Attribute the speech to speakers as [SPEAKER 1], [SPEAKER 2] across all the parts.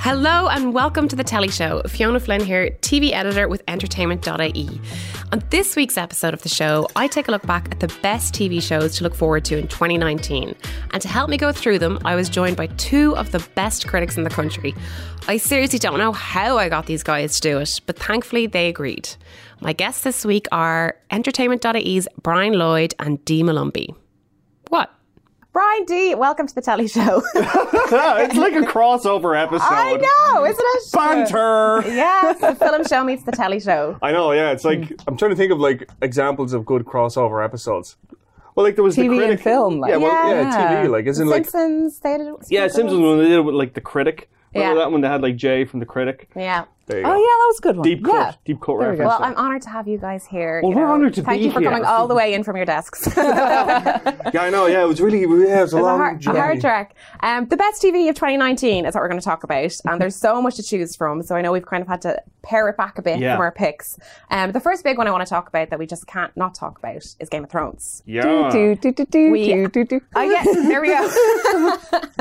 [SPEAKER 1] Hello and welcome to The Telly Show. Fiona Flynn here, TV editor with entertainment.ie. E. On this week's episode of the show, I take a look back at the best TV shows to look forward to in 2019. And to help me go through them, I was joined by two of the best critics in the country. I seriously don't know how I got these guys to do it, but thankfully they agreed. My guests this week are entertainment.ie's Brian Lloyd and Dee Malumbi. What?
[SPEAKER 2] Brian D, welcome to the telly show.
[SPEAKER 3] it's like a crossover episode.
[SPEAKER 2] I know, isn't it?
[SPEAKER 3] Banter.
[SPEAKER 2] Yes, the film show meets the telly show.
[SPEAKER 3] I know. Yeah, it's like I'm trying to think of like examples of good crossover episodes. Well, like there was
[SPEAKER 4] TV
[SPEAKER 3] the
[SPEAKER 4] and
[SPEAKER 3] critic
[SPEAKER 4] film, like-
[SPEAKER 3] yeah, well, yeah,
[SPEAKER 4] Yeah.
[SPEAKER 3] TV. Like, isn't like
[SPEAKER 2] Simpsons, they did
[SPEAKER 3] yeah, Simpsons when they did it with like the critic. Remember
[SPEAKER 2] Yeah.
[SPEAKER 3] that one they had like Jay from the critic.
[SPEAKER 2] Yeah.
[SPEAKER 3] There you
[SPEAKER 4] Oh yeah,
[SPEAKER 3] go.
[SPEAKER 4] that was a good one.
[SPEAKER 3] Deep cut.
[SPEAKER 4] yeah.
[SPEAKER 3] Deep cut
[SPEAKER 4] There we go.
[SPEAKER 3] reference.
[SPEAKER 2] Well,
[SPEAKER 3] there.
[SPEAKER 2] I'm honoured to have you guys here.
[SPEAKER 3] Well,
[SPEAKER 2] you
[SPEAKER 3] we're
[SPEAKER 2] know.
[SPEAKER 3] honoured to
[SPEAKER 2] Thank
[SPEAKER 3] be
[SPEAKER 2] you for
[SPEAKER 3] here.
[SPEAKER 2] coming all the way in from your desks. it was
[SPEAKER 3] yeah, I know. Yeah, it was really. Yeah, it was a
[SPEAKER 2] a
[SPEAKER 3] long
[SPEAKER 2] hard, a
[SPEAKER 3] journey.
[SPEAKER 2] hard track. Um, the best TV of 2019 is what we're going to talk about, and there's so much to choose from. So I know we've kind of had to pare it back a bit
[SPEAKER 3] Yeah.
[SPEAKER 2] from our picks. Um, the first big one I want to talk about that we just can't not talk about is Game of Thrones.
[SPEAKER 3] Yeah.
[SPEAKER 4] Do, do, do, do,
[SPEAKER 2] We-
[SPEAKER 4] do, do, do.
[SPEAKER 2] Oh, yes, there we go.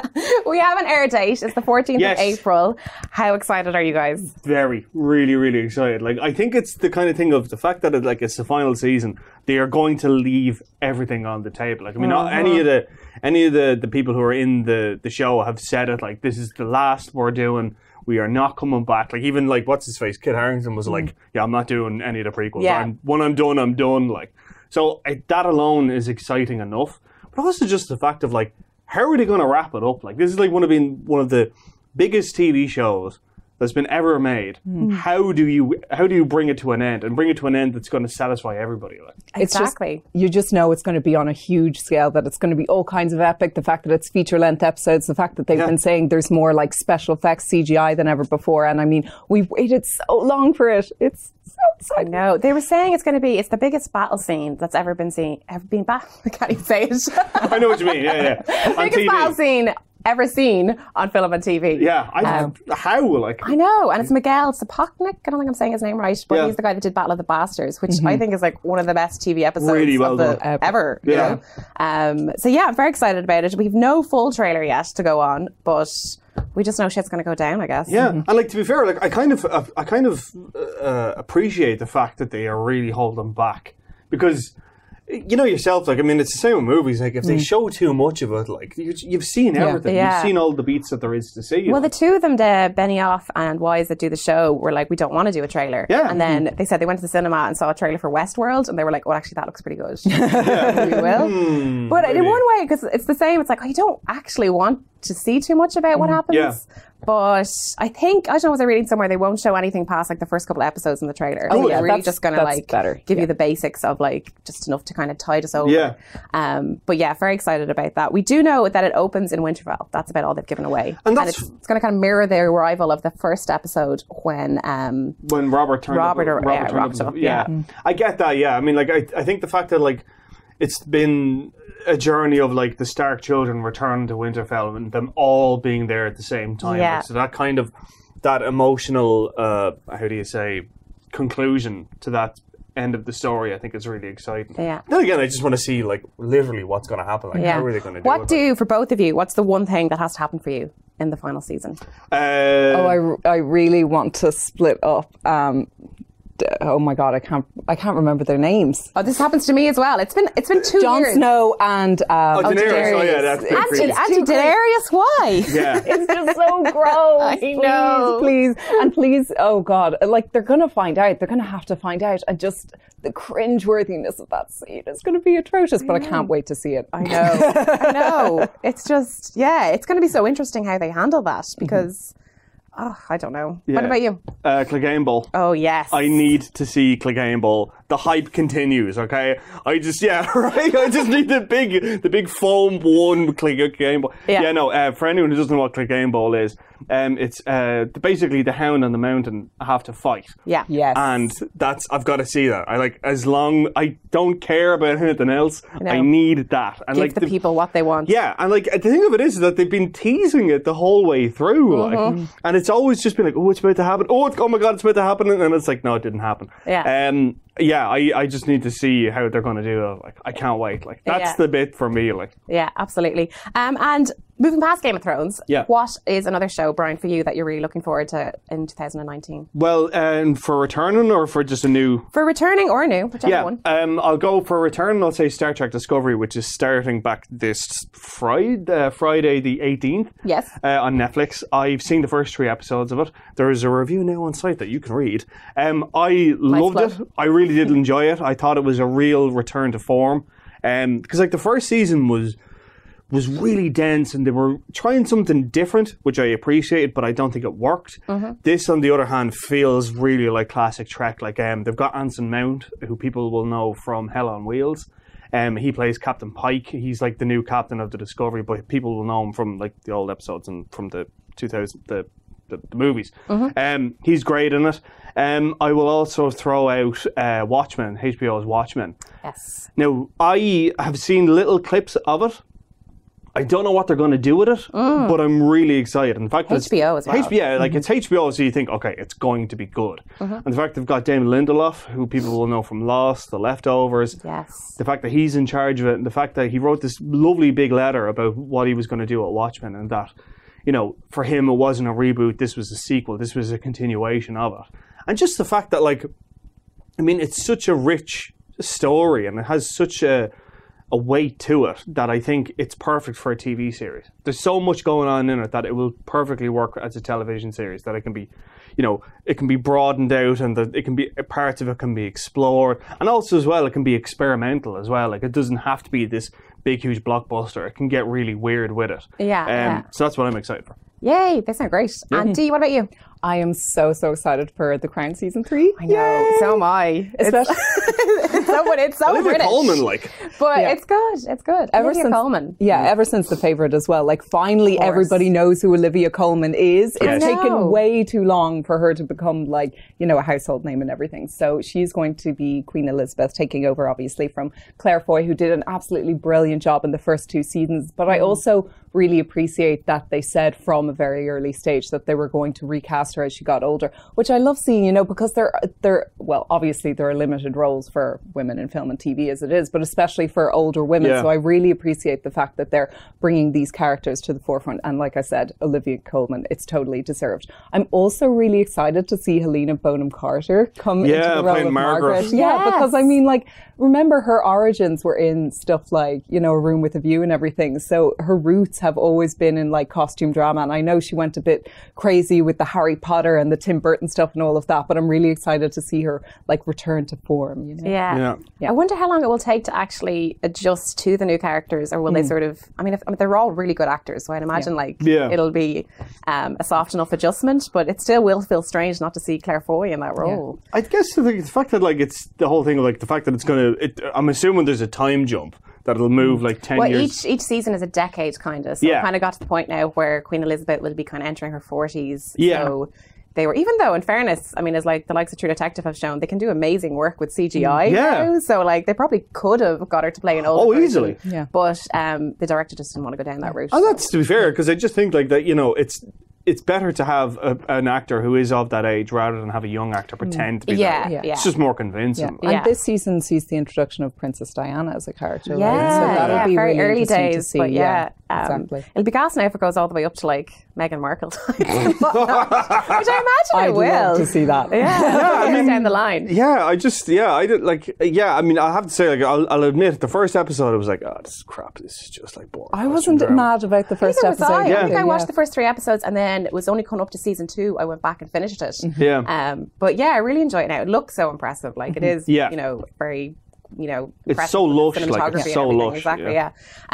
[SPEAKER 2] we have an air date. It's the 14th
[SPEAKER 3] Yes.
[SPEAKER 2] of April. How excited are you guys?
[SPEAKER 3] very, really, really excited. Like I think it's the kind of thing of the fact that it, like it's the final season, they are going to leave everything on the table. Like I mean, not any of the any of the the people who are in the the show have said it. Like this is the last we're doing. We are not coming back. Like even like what's his face, Kit Harrington was like, yeah, I'm not doing any of the prequels.
[SPEAKER 2] Yeah.
[SPEAKER 3] I'm, when I'm done, I'm done. Like so I, that alone is exciting enough, but also just the fact of like how are they going to wrap it up? Like this is like one of being one of the biggest TV shows that's been ever made. How do you how do you bring it to an end and bring it to an end that's going to satisfy everybody? Like,
[SPEAKER 4] It's
[SPEAKER 2] exactly.
[SPEAKER 4] Just, you just know it's going to be on a huge scale. That it's going to be all kinds of epic. The fact that it's feature length episodes. The fact that they've
[SPEAKER 3] Yeah.
[SPEAKER 4] been saying there's more like special effects CGI than ever before. And I mean, we've waited so long for it. It's so exciting.
[SPEAKER 2] No, they were saying it's going to be, it's the biggest battle scene that's ever been seen, ever been back. I can't even say it.
[SPEAKER 3] I know what you mean. Yeah, yeah. On
[SPEAKER 2] biggest
[SPEAKER 3] TV.
[SPEAKER 2] battle scene ever seen on film and TV.
[SPEAKER 3] Yeah, I, how like
[SPEAKER 2] I know, and it's Miguel Sapoknik. I don't think I'm saying his name right, but
[SPEAKER 3] Yeah.
[SPEAKER 2] he's the guy that did Battle of the Bastards, which I think is like one of the best TV episodes
[SPEAKER 3] Really well
[SPEAKER 2] of the,
[SPEAKER 3] done.
[SPEAKER 4] Ever.
[SPEAKER 2] ever. you
[SPEAKER 3] Yeah.
[SPEAKER 2] know? Um, so yeah, I'm very excited about it. We've no full trailer yet to go on, but we just know shit's going to go down, I guess.
[SPEAKER 3] Yeah, and like to be fair, like I kind of uh, I kind of uh, appreciate the fact that they are really holding back because you know yourself. Like I mean, it's the same with movies. Like if they show too much of it, like you, you've seen everything,
[SPEAKER 2] Yeah.
[SPEAKER 3] you've seen all the beats that there is to see.
[SPEAKER 2] Well, the two of them, the Benioff and Wise that do the show, were like, we don't want to do a trailer.
[SPEAKER 3] Yeah.
[SPEAKER 2] And then they said they went to the cinema and saw a trailer for Westworld, and they were like, well, actually, that looks pretty good. we will.
[SPEAKER 4] Hmm.
[SPEAKER 2] but in
[SPEAKER 3] maybe.
[SPEAKER 2] one way, because it's the same, it's like, oh, you don't actually want to see too much about
[SPEAKER 4] Mm,
[SPEAKER 2] what happens.
[SPEAKER 3] Yeah.
[SPEAKER 2] But I think, I don't know, was I reading somewhere, they won't show anything past like the first couple of episodes in the trailer. I think
[SPEAKER 4] Oh, yeah,
[SPEAKER 2] they're really
[SPEAKER 4] that's-
[SPEAKER 2] just going to
[SPEAKER 4] that's
[SPEAKER 2] like
[SPEAKER 4] better,
[SPEAKER 2] give you
[SPEAKER 4] yeah.
[SPEAKER 2] the basics of like just enough to kind of tide us over.
[SPEAKER 3] Yeah.
[SPEAKER 2] Um, but yeah, very excited about that. We do know that it opens in Winterfell. That's about all they've given away.
[SPEAKER 3] And
[SPEAKER 2] And,
[SPEAKER 3] that's-
[SPEAKER 2] it's, it's going to kind of mirror the arrival of the first episode when um,
[SPEAKER 3] when Robert turned
[SPEAKER 2] Robert
[SPEAKER 3] up,
[SPEAKER 2] or- yeah, Mm.
[SPEAKER 3] turned
[SPEAKER 2] rocked up,
[SPEAKER 3] yeah. I get that. Yeah, I mean, like I, I think the fact that like it's been a journey of like the Stark children returning to Winterfell and them all being there at the same time.
[SPEAKER 2] Yeah.
[SPEAKER 3] Like, so that kind of that emotional, uh, how do you say, conclusion to that end of the story, I think is really exciting.
[SPEAKER 2] Yeah.
[SPEAKER 3] Then again, I just want to see like literally what's going to happen. Like,
[SPEAKER 2] yeah.
[SPEAKER 3] how are they going to do
[SPEAKER 2] what
[SPEAKER 3] it?
[SPEAKER 2] do for both of you? What's the one thing that has to happen for you in the final season?
[SPEAKER 3] Uh,
[SPEAKER 4] Oh, I, r- I really want to split up. Um, d- oh my god, I can't I can't remember their names.
[SPEAKER 2] Oh, this happens to me as well. It's been it's been two
[SPEAKER 4] Jon
[SPEAKER 2] years.
[SPEAKER 4] Snow and um,
[SPEAKER 3] Oh, Daenerys. Oh, yeah,
[SPEAKER 4] Daenerys.
[SPEAKER 3] that's been
[SPEAKER 2] Anti, anti
[SPEAKER 3] creepy.
[SPEAKER 2] Daenerys, why?
[SPEAKER 3] yeah.
[SPEAKER 4] It's just so gross.
[SPEAKER 2] I
[SPEAKER 4] please,
[SPEAKER 2] know.
[SPEAKER 4] please, and please. Oh God! Like they're gonna find out. They're gonna have to find out. And just the cringeworthiness of that scene is gonna be atrocious. But I can't wait to see it. I
[SPEAKER 2] No, I know. It's just yeah, it's going to be so interesting how they handle that because. Oh, I don't know. What
[SPEAKER 3] Mm-hmm. Yeah.
[SPEAKER 2] about you?
[SPEAKER 3] Uh, Clegane Bowl.
[SPEAKER 2] Oh yes,
[SPEAKER 3] I need to see Clegane Bowl. The hype continues, okay? I just yeah, right. I just need the big the big foam worn Clegane Bowl.
[SPEAKER 2] Yeah.
[SPEAKER 3] no, uh, for anyone who doesn't know what Clegane Bowl is, um it's uh basically the hound on the mountain have to fight.
[SPEAKER 2] Yeah.
[SPEAKER 4] Yes.
[SPEAKER 3] And that's I've got to see that. I like as long I don't care about anything else.
[SPEAKER 2] know.
[SPEAKER 3] I need that. And
[SPEAKER 2] Give
[SPEAKER 3] like
[SPEAKER 2] the, people what they want.
[SPEAKER 3] yeah, and like the thing of it is that they've been teasing it the whole way through,
[SPEAKER 2] Uh-huh.
[SPEAKER 3] like, and it's always just been like, oh, it's about to happen. Oh, it's, oh my god, it's about to happen, and then it's like, no, it didn't happen.
[SPEAKER 2] Yeah.
[SPEAKER 3] Um. Yeah. I, I just need to see how they're going to do it. Like, I can't wait. Like, that's
[SPEAKER 2] Yeah.
[SPEAKER 3] the bit for me. Like,
[SPEAKER 2] Yeah, absolutely. Um, and Moving past Game of Thrones,
[SPEAKER 3] Yeah.
[SPEAKER 2] what is another show, Brian, for you that you're really looking forward to in 2019?
[SPEAKER 3] Well, um, for returning or for just a new?
[SPEAKER 2] For returning or new, whichever
[SPEAKER 3] Yeah,
[SPEAKER 2] one.
[SPEAKER 3] um, I'll go for return. I'll say Star Trek Discovery, which is starting back this Friday, uh, Friday the eighteenth.
[SPEAKER 2] Yes.
[SPEAKER 3] uh, on Netflix. I've seen the first three episodes of it. There is a review now on site that you can read. Um, I loved
[SPEAKER 2] plug.
[SPEAKER 3] it. I really did enjoy it. I thought it was a real return to form. Um, because like the first season was was really dense and they were trying something different, which I appreciated, but I don't think it worked. This, on the other hand, feels really like classic Trek. Like um, they've got Anson Mount, who people will know from Hell on Wheels. Um, he plays Captain Pike. He's like the new captain of the Discovery, but people will know him from like the old episodes and from the 2000 the the, the movies. Um, he's great in it. Um, I will also throw out uh, Watchmen, HBO's Watchmen.
[SPEAKER 2] Yes.
[SPEAKER 3] Now, I have seen little clips of it. I don't know what they're going to do with it,
[SPEAKER 2] Mm.
[SPEAKER 3] but I'm really excited. In fact, it's-
[SPEAKER 2] HBO as well. Mm-hmm.
[SPEAKER 3] HBO, like it's HBO, so you think, okay, it's going to be good. And the fact they've got Damon Lindelof, who people will know from Lost, The Leftovers,
[SPEAKER 2] Yes.
[SPEAKER 3] the fact that he's in charge of it, and the fact that he wrote this lovely big letter about what he was going to do at Watchmen, and that, you know, for him it wasn't a reboot, this was a sequel, this was a continuation of it, and just the fact that, like, I mean, it's such a rich story, and it has such a a weight to it that I think it's perfect for a TV series. There's so much going on in it that it will perfectly work as a television series. That it can be, you know, it can be broadened out, and that it can be parts of it can be explored, and also as well, it can be experimental as well. Like it doesn't have to be this big, huge blockbuster. It can get really weird with it.
[SPEAKER 2] Yeah,
[SPEAKER 3] Um,
[SPEAKER 2] yeah.
[SPEAKER 3] So that's what I'm excited for.
[SPEAKER 2] Yay, they sound great. And Dee, what about you?
[SPEAKER 4] I am so so excited for The Crown season three. I
[SPEAKER 2] No, so am I. It's,
[SPEAKER 4] Especially
[SPEAKER 2] so, it's so
[SPEAKER 3] Olivia
[SPEAKER 2] British.
[SPEAKER 3] Coleman, like
[SPEAKER 2] But it's good. It's good.
[SPEAKER 4] ever
[SPEAKER 2] Olivia
[SPEAKER 4] since
[SPEAKER 2] Coleman.
[SPEAKER 4] yeah, ever since the favorite as well. Like finally,
[SPEAKER 2] course.
[SPEAKER 4] everybody knows who Olivia Colman is. It's
[SPEAKER 3] Yes.
[SPEAKER 2] know.
[SPEAKER 4] taken way too long for her to become like you know a household name and everything. So she's going to be Queen Elizabeth, taking over obviously from Claire Foy, who did an absolutely brilliant job in the first two seasons. But I also really appreciate that they said from a very early stage that they were going to recast her as she got older, which I love seeing. You know, because they're they're well, obviously there are limited roles for women in film and TV as it is, but especially for older women.
[SPEAKER 3] Yeah.
[SPEAKER 4] So I I really appreciate the fact that they're bringing these characters to the forefront. And like I said, Olivia Colman, it's totally deserved. I'm also really excited to see Helena Bonham Carter come
[SPEAKER 3] Yeah,
[SPEAKER 4] into the role
[SPEAKER 3] playing
[SPEAKER 4] of
[SPEAKER 3] Margaret.
[SPEAKER 4] Margaret. Yeah,
[SPEAKER 2] Yes.
[SPEAKER 4] because I mean, like, remember her origins were in stuff like you know a room with a view and everything. So her roots have always been in like costume drama. And I know she went a bit crazy with the Harry Potter and the Tim Burton stuff and all of that. But I'm really excited to see her like return to form. You know.
[SPEAKER 2] Yeah.
[SPEAKER 3] Yeah.
[SPEAKER 2] I wonder how long it will take to actually adjust to the new characters, or will they sort of? I mean, if, I mean, they're all really good actors, so I'd imagine like
[SPEAKER 3] Hmm. Yeah.
[SPEAKER 2] it'll be um, a soft enough adjustment, but it still will feel strange not to see Claire Foy in that role.
[SPEAKER 3] I guess the, thing- the fact that like it's the whole thing of like the fact that it's gonna. It, I'm assuming there's a time jump that it'll move like ten
[SPEAKER 2] Well,
[SPEAKER 3] years.
[SPEAKER 2] each each season is a decade, kind of. So
[SPEAKER 3] Yeah.
[SPEAKER 2] we kind of got to the point now where Queen Elizabeth will be kind of entering her forties.
[SPEAKER 3] Yeah.
[SPEAKER 2] So they were, even though, in fairness, I mean, as like the likes of True Detective have shown, they can do amazing work with CGI.
[SPEAKER 3] Mm, Yeah.
[SPEAKER 2] now. So like they probably could have got her to play an old.
[SPEAKER 3] Oh, easily.
[SPEAKER 4] Yeah. Oh,
[SPEAKER 2] But um, the director just didn't want to go down that route.
[SPEAKER 3] And Oh, that's to be fair, because I just think like that. You know, it's it's better to have a, an actor who is of that age rather than have a young actor pretend to be.
[SPEAKER 2] Yeah,
[SPEAKER 3] that.
[SPEAKER 2] Mm. yeah.
[SPEAKER 3] It's just more convincing.
[SPEAKER 4] And
[SPEAKER 2] Yeah.
[SPEAKER 4] this season sees the introduction of Princess Diana as a character. right?
[SPEAKER 2] Yeah,
[SPEAKER 4] so that'll
[SPEAKER 2] yeah,
[SPEAKER 4] be
[SPEAKER 2] very
[SPEAKER 4] really
[SPEAKER 2] early
[SPEAKER 4] interesting to
[SPEAKER 2] days,
[SPEAKER 4] see.
[SPEAKER 2] but yeah, um,
[SPEAKER 4] exactly.
[SPEAKER 2] It'll be gas now if it goes all the way up to like Meghan Markle, time, but not- which I imagine
[SPEAKER 4] I'd
[SPEAKER 2] it will.
[SPEAKER 4] love to see that.
[SPEAKER 2] Yeah, yeah down the line.
[SPEAKER 3] Yeah, I just yeah, I did like yeah. I mean, I have to say like I'll, I'll admit the first episode I was like, oh, this is crap. This is just like boring.
[SPEAKER 4] I
[SPEAKER 3] Western
[SPEAKER 4] wasn't
[SPEAKER 3] drama."
[SPEAKER 4] mad about the first
[SPEAKER 2] Neither was
[SPEAKER 4] episode.
[SPEAKER 2] I. I think
[SPEAKER 3] Yeah.
[SPEAKER 2] I watched
[SPEAKER 4] Yeah.
[SPEAKER 2] the first three episodes, and then it was only coming up to season two. I went back and finished it.
[SPEAKER 3] Yeah.
[SPEAKER 2] Um, but yeah, I really enjoy it now. It looks so impressive. Like it is.
[SPEAKER 3] Yeah.
[SPEAKER 2] You know, very. You know,
[SPEAKER 3] It's so
[SPEAKER 2] impressive
[SPEAKER 3] lush, like, it's
[SPEAKER 2] cinematography and
[SPEAKER 3] so
[SPEAKER 2] everything.
[SPEAKER 3] lush,
[SPEAKER 2] Exactly. Yeah.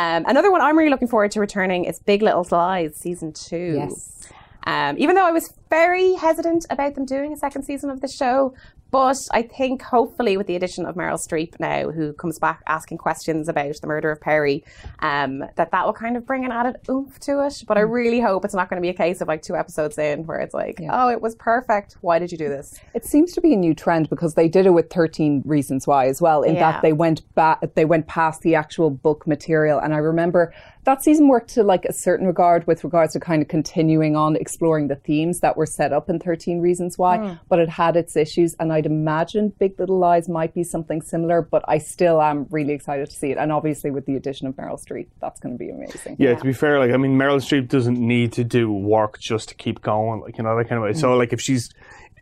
[SPEAKER 2] Um, another one I'm really looking forward to returning is Big Little Lies season two.
[SPEAKER 4] Yes.
[SPEAKER 2] Um, even though I was very hesitant about them doing a second season of the show, but I think hopefully with the addition of Meryl Streep now, who comes back asking questions about the murder of Perry, um, that that will kind of bring an added oomph to it. But I really hope it's not going to be a case of like two episodes in where it's like, oh, it was perfect. Why did you do this?
[SPEAKER 4] It seems to be a new trend because they did it with 13 Reasons Why as well, in
[SPEAKER 2] Yeah.
[SPEAKER 4] that they went back, they went past the actual book material. And I remember that season worked to like a certain regard with regards to kind of continuing on exploring the themes that were set up in 13 Reasons Why, but it had its issues. And I I'd imagine Big Little Lies might be something similar, but I still am really excited to see it. And obviously, with the addition of Meryl Streep, that's going to be amazing.
[SPEAKER 3] Yeah, to be fair, like I mean, Meryl Streep doesn't need to do work just to keep going, like you know that kind of way.
[SPEAKER 2] Mm.
[SPEAKER 3] So like if she's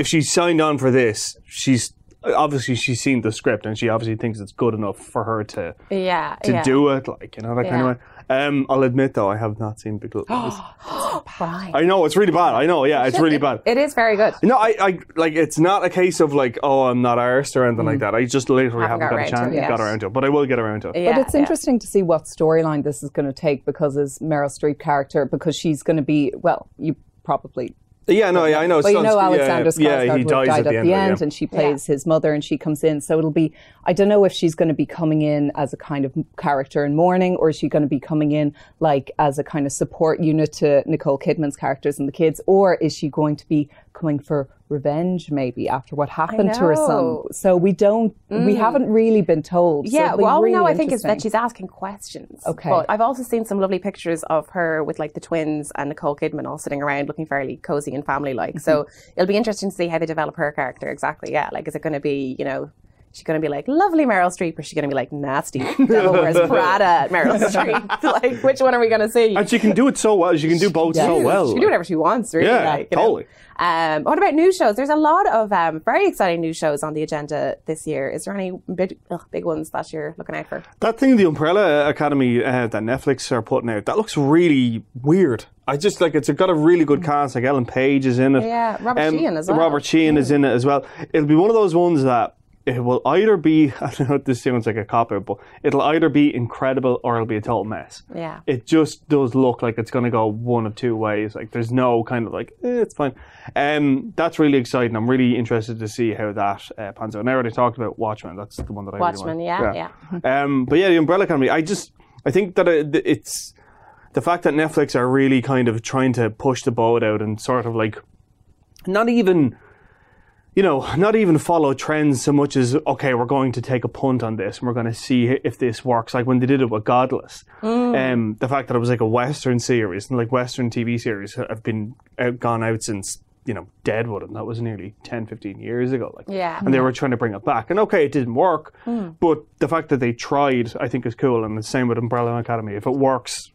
[SPEAKER 3] if she's signed on for this, she's obviously she's seen the script and she obviously thinks it's good enough for her to
[SPEAKER 2] Yeah.
[SPEAKER 3] to
[SPEAKER 2] yeah.
[SPEAKER 3] do it, like you know that kind
[SPEAKER 2] Yeah.
[SPEAKER 3] of way. Um, I'll admit though, I have not seen Big Little Lies.
[SPEAKER 2] Right.
[SPEAKER 3] I know it's really bad. I know, yeah, it's really bad.
[SPEAKER 2] It is very good.
[SPEAKER 3] No, I, I like it's not a case of like, oh, I'm not arsed or anything like that. I just literally haven't,
[SPEAKER 2] Haven't got
[SPEAKER 3] got, a
[SPEAKER 2] around to
[SPEAKER 3] chance,
[SPEAKER 2] it yet.
[SPEAKER 3] got around to it, but I will get around to it.
[SPEAKER 2] Yeah,
[SPEAKER 4] but it's
[SPEAKER 2] yeah.
[SPEAKER 4] interesting to see what storyline this is going to take because as Meryl Streep character, because she's going to be well, you probably
[SPEAKER 3] Yeah, no, yeah, I know.
[SPEAKER 4] But you
[SPEAKER 3] Sounds-
[SPEAKER 4] know,
[SPEAKER 3] yeah,
[SPEAKER 4] Alexander
[SPEAKER 3] yeah,
[SPEAKER 4] Skarsgård
[SPEAKER 3] he
[SPEAKER 4] would
[SPEAKER 3] dies
[SPEAKER 4] died
[SPEAKER 3] at the end. of it, yeah.
[SPEAKER 4] and she plays his mother, and she comes in. So it'll be, I don't know if she's going to be coming in as a kind of character in mourning, or is she going to be coming in like as a kind of support unit to Nicole Kidman's characters and the kids, or is she going to be coming for revenge maybe after what happened to her son?
[SPEAKER 2] know. Mm.
[SPEAKER 4] So we don't, we haven't really been told. So
[SPEAKER 2] Yeah,
[SPEAKER 4] it'll be
[SPEAKER 2] well, all we know,
[SPEAKER 4] really
[SPEAKER 2] I think, is that
[SPEAKER 4] interesting.
[SPEAKER 2] she's asking questions.
[SPEAKER 4] Okay.
[SPEAKER 2] But I've also seen some lovely pictures of her with like the twins and Nicole Kidman all sitting around looking fairly cozy and family like. So
[SPEAKER 3] Mm-hmm.
[SPEAKER 2] it'll be interesting to see how they develop her character exactly. Yeah. Like, is it going to be, you know, she's going to be like lovely Meryl Streep or is she going to be like nasty Devil Wears Prada Meryl Streep? like, which one are we going to see?
[SPEAKER 3] And she can do it so well. She can do both so well.
[SPEAKER 2] She can do whatever she wants, really.
[SPEAKER 3] Yeah,
[SPEAKER 2] like, you know.
[SPEAKER 3] totally.
[SPEAKER 2] Um, what about new shows? There's a lot of um, very exciting new shows on the agenda this year. Is there any big, ugh, big ones that you're looking out for?
[SPEAKER 3] That thing, the Umbrella Academy uh, that Netflix are putting out, that looks really weird. I just like it's got a really good cast. Like Ellen Page is in it.
[SPEAKER 2] Mm.
[SPEAKER 3] Um,
[SPEAKER 2] Yeah, Robert Sheehan as well.
[SPEAKER 3] Robert Sheehan is in it as well. It'll be one of those ones that it will either be I don't know if this sounds like a cop out, but it'll either be incredible or it'll be a total mess.
[SPEAKER 2] Yeah.
[SPEAKER 3] It just does look like it's going to go one of two ways. Like there's no kind of like eh, it's fine. Um, that's really exciting. I'm really interested to see how that uh, pans out. And I already talked about Watchmen. That's the one that I really
[SPEAKER 2] Watchmen,
[SPEAKER 3] want.
[SPEAKER 2] yeah,
[SPEAKER 3] Um, but yeah, the Umbrella Academy. I just I think that it, it's the fact that Netflix are really kind of trying to push the boat out and sort of like not even you know not even follow trends so much as okay we're going to take a punt on this and we're going to see if this works like when they did it with godless um, the fact that it was like a western series and like western tv series have been out, gone out since you know deadwood and that was nearly 10 15 years ago like
[SPEAKER 2] Yeah.
[SPEAKER 3] and they were trying to bring it back and okay it didn't work but the fact that they tried i think is cool and the same with umbrella academy if it works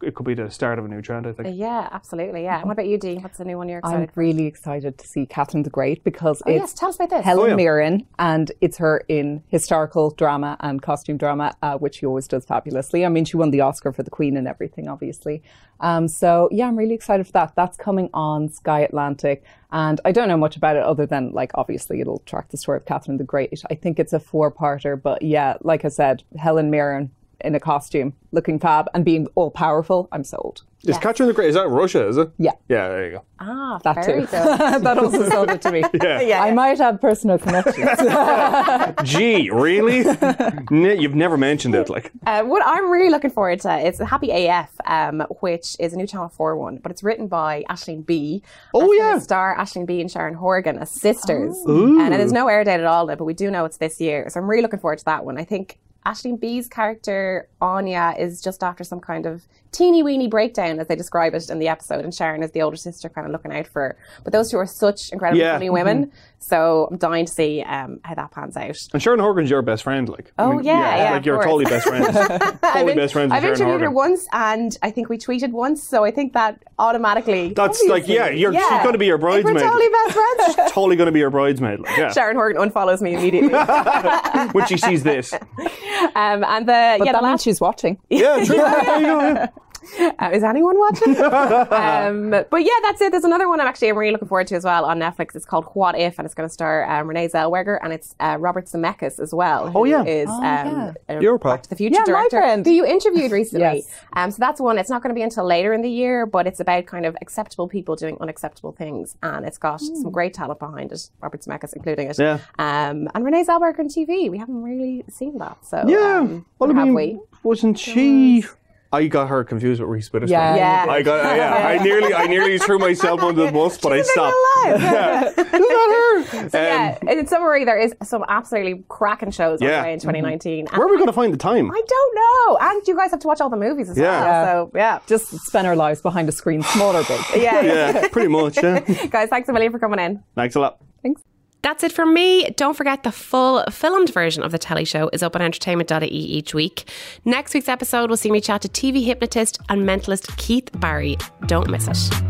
[SPEAKER 3] it could be the start of a new trend i think
[SPEAKER 2] Yeah, absolutely. Yeah. And what about you, Dee? What's the new one you're
[SPEAKER 4] Mm-hmm. I'm
[SPEAKER 2] excited for?
[SPEAKER 4] really excited to see Catherine the Great because
[SPEAKER 2] Oh,
[SPEAKER 4] it's
[SPEAKER 2] yes, tell us about this.
[SPEAKER 4] Helen
[SPEAKER 3] Oh, yeah.
[SPEAKER 4] Mirren, and it's her in historical drama and costume drama, uh, which she always does fabulously. I mean, she won the Oscar for The Queen and everything, obviously. Um, so yeah, I'm really excited for that. That's coming on Sky Atlantic, and I don't know much about it other than like obviously it'll track the story of Catherine the Great. I think it's a four-parter, but yeah, like I said, Helen Mirren in a costume, looking fab and being all powerful. I'm sold.
[SPEAKER 3] is catherine the great is that russia is it
[SPEAKER 4] Yeah.
[SPEAKER 3] yeah there you go
[SPEAKER 2] Ah,
[SPEAKER 4] That
[SPEAKER 2] very
[SPEAKER 4] too.
[SPEAKER 2] good.
[SPEAKER 4] that also sold it to me.
[SPEAKER 2] Yeah.
[SPEAKER 4] I might have personal connections.
[SPEAKER 3] Gee, really? N- You've never mentioned it. Like,
[SPEAKER 2] Uh, what I'm really looking forward to is Happy AF, um, which is a new Channel 4 one, but it's written by Ashleen B.
[SPEAKER 3] Oh,
[SPEAKER 2] And it's
[SPEAKER 3] yeah. Oh.
[SPEAKER 2] gonna Star Ashleen B and Sharon Horgan as sisters. And there's no air date at all now, but we do know it's this year. So I'm really looking forward to that one. I think Ashleen B's character, Anya, is just after some kind of teeny weeny breakdown, as they describe it in the episode, and Sharon is the older sister kind of looking out for her. But those two are such incredibly
[SPEAKER 3] Yeah. Mm-hmm.
[SPEAKER 2] funny women. So I'm dying to see um, how that pans out.
[SPEAKER 3] and Sharon Horgan's your best friend. Like, I
[SPEAKER 2] Oh,
[SPEAKER 3] mean,
[SPEAKER 2] yeah, yeah,
[SPEAKER 3] like
[SPEAKER 2] of
[SPEAKER 3] you're
[SPEAKER 2] course.
[SPEAKER 3] totally best friends. totally
[SPEAKER 2] I've,
[SPEAKER 3] best friends with
[SPEAKER 2] I've
[SPEAKER 3] Sharon
[SPEAKER 2] interviewed her
[SPEAKER 3] Horgan.
[SPEAKER 2] once, and I think we tweeted once, so I think that automatically.
[SPEAKER 3] That's like, yeah, you're she's going to be your
[SPEAKER 2] Like,
[SPEAKER 3] bridesmaid.
[SPEAKER 2] We're totally best friends.
[SPEAKER 3] She's totally going to be your bridesmaid. Like, yeah.
[SPEAKER 2] Sharon Horgan unfollows me immediately, um,
[SPEAKER 3] When she sees this,
[SPEAKER 2] and the
[SPEAKER 4] But
[SPEAKER 2] yeah, the
[SPEAKER 4] that means
[SPEAKER 2] last
[SPEAKER 4] she's watching.
[SPEAKER 3] yeah, true. There you go, yeah.
[SPEAKER 2] uh, is anyone watching? um, but yeah, that's it. There's another one I'm actually I'm really looking forward to as well on Netflix. It's called What If, and it's going to star um, Renee Zellweger and it's uh, Robert Zemeckis as well. Oh
[SPEAKER 3] yeah.
[SPEAKER 2] is um,
[SPEAKER 4] yeah.
[SPEAKER 2] a
[SPEAKER 3] Europol.
[SPEAKER 2] Back to the Future
[SPEAKER 4] Yeah, my
[SPEAKER 2] director
[SPEAKER 4] friend.
[SPEAKER 2] who you interviewed recently.
[SPEAKER 4] Yes.
[SPEAKER 2] um, so that's one. It's not going to be until later in the year, but it's about kind of acceptable people doing unacceptable things, and it's got
[SPEAKER 4] Hmm.
[SPEAKER 2] some great talent behind it. Robert Zemeckis including it.
[SPEAKER 3] Yeah.
[SPEAKER 2] Um, and Renee Zellweger on TV. We haven't really seen that. So
[SPEAKER 3] Yeah.
[SPEAKER 2] um,
[SPEAKER 3] well, I
[SPEAKER 2] have
[SPEAKER 3] mean,
[SPEAKER 2] we?
[SPEAKER 3] wasn't she? I got her confused with Reese Witherspoon.
[SPEAKER 4] Yeah.
[SPEAKER 2] Yeah.
[SPEAKER 3] I got. uh, Yeah, I nearly, I nearly threw myself under the bus, but I stopped.
[SPEAKER 2] Alive.
[SPEAKER 3] Yeah. Isn't that her? Um,
[SPEAKER 2] yeah, in summary, there is some absolutely cracking shows on
[SPEAKER 3] Yeah. Mm-hmm.
[SPEAKER 2] the way in 2019. And
[SPEAKER 3] Where are we going to find the time?
[SPEAKER 2] I don't know. And you guys have to watch all the movies as
[SPEAKER 3] Yeah.
[SPEAKER 2] well. So, yeah. Just,
[SPEAKER 4] Just spend our lives behind a screen, small or big.
[SPEAKER 2] yeah.
[SPEAKER 3] Yeah, pretty much. Yeah.
[SPEAKER 2] Guys, thanks a million for coming in.
[SPEAKER 3] Thanks a lot.
[SPEAKER 2] That's it for me. Don't forget the full filmed version of the telly show is up on entertainment.ie each week. Next week's episode will see me chat to TV hypnotist and mentalist Keith Barry. Don't miss it.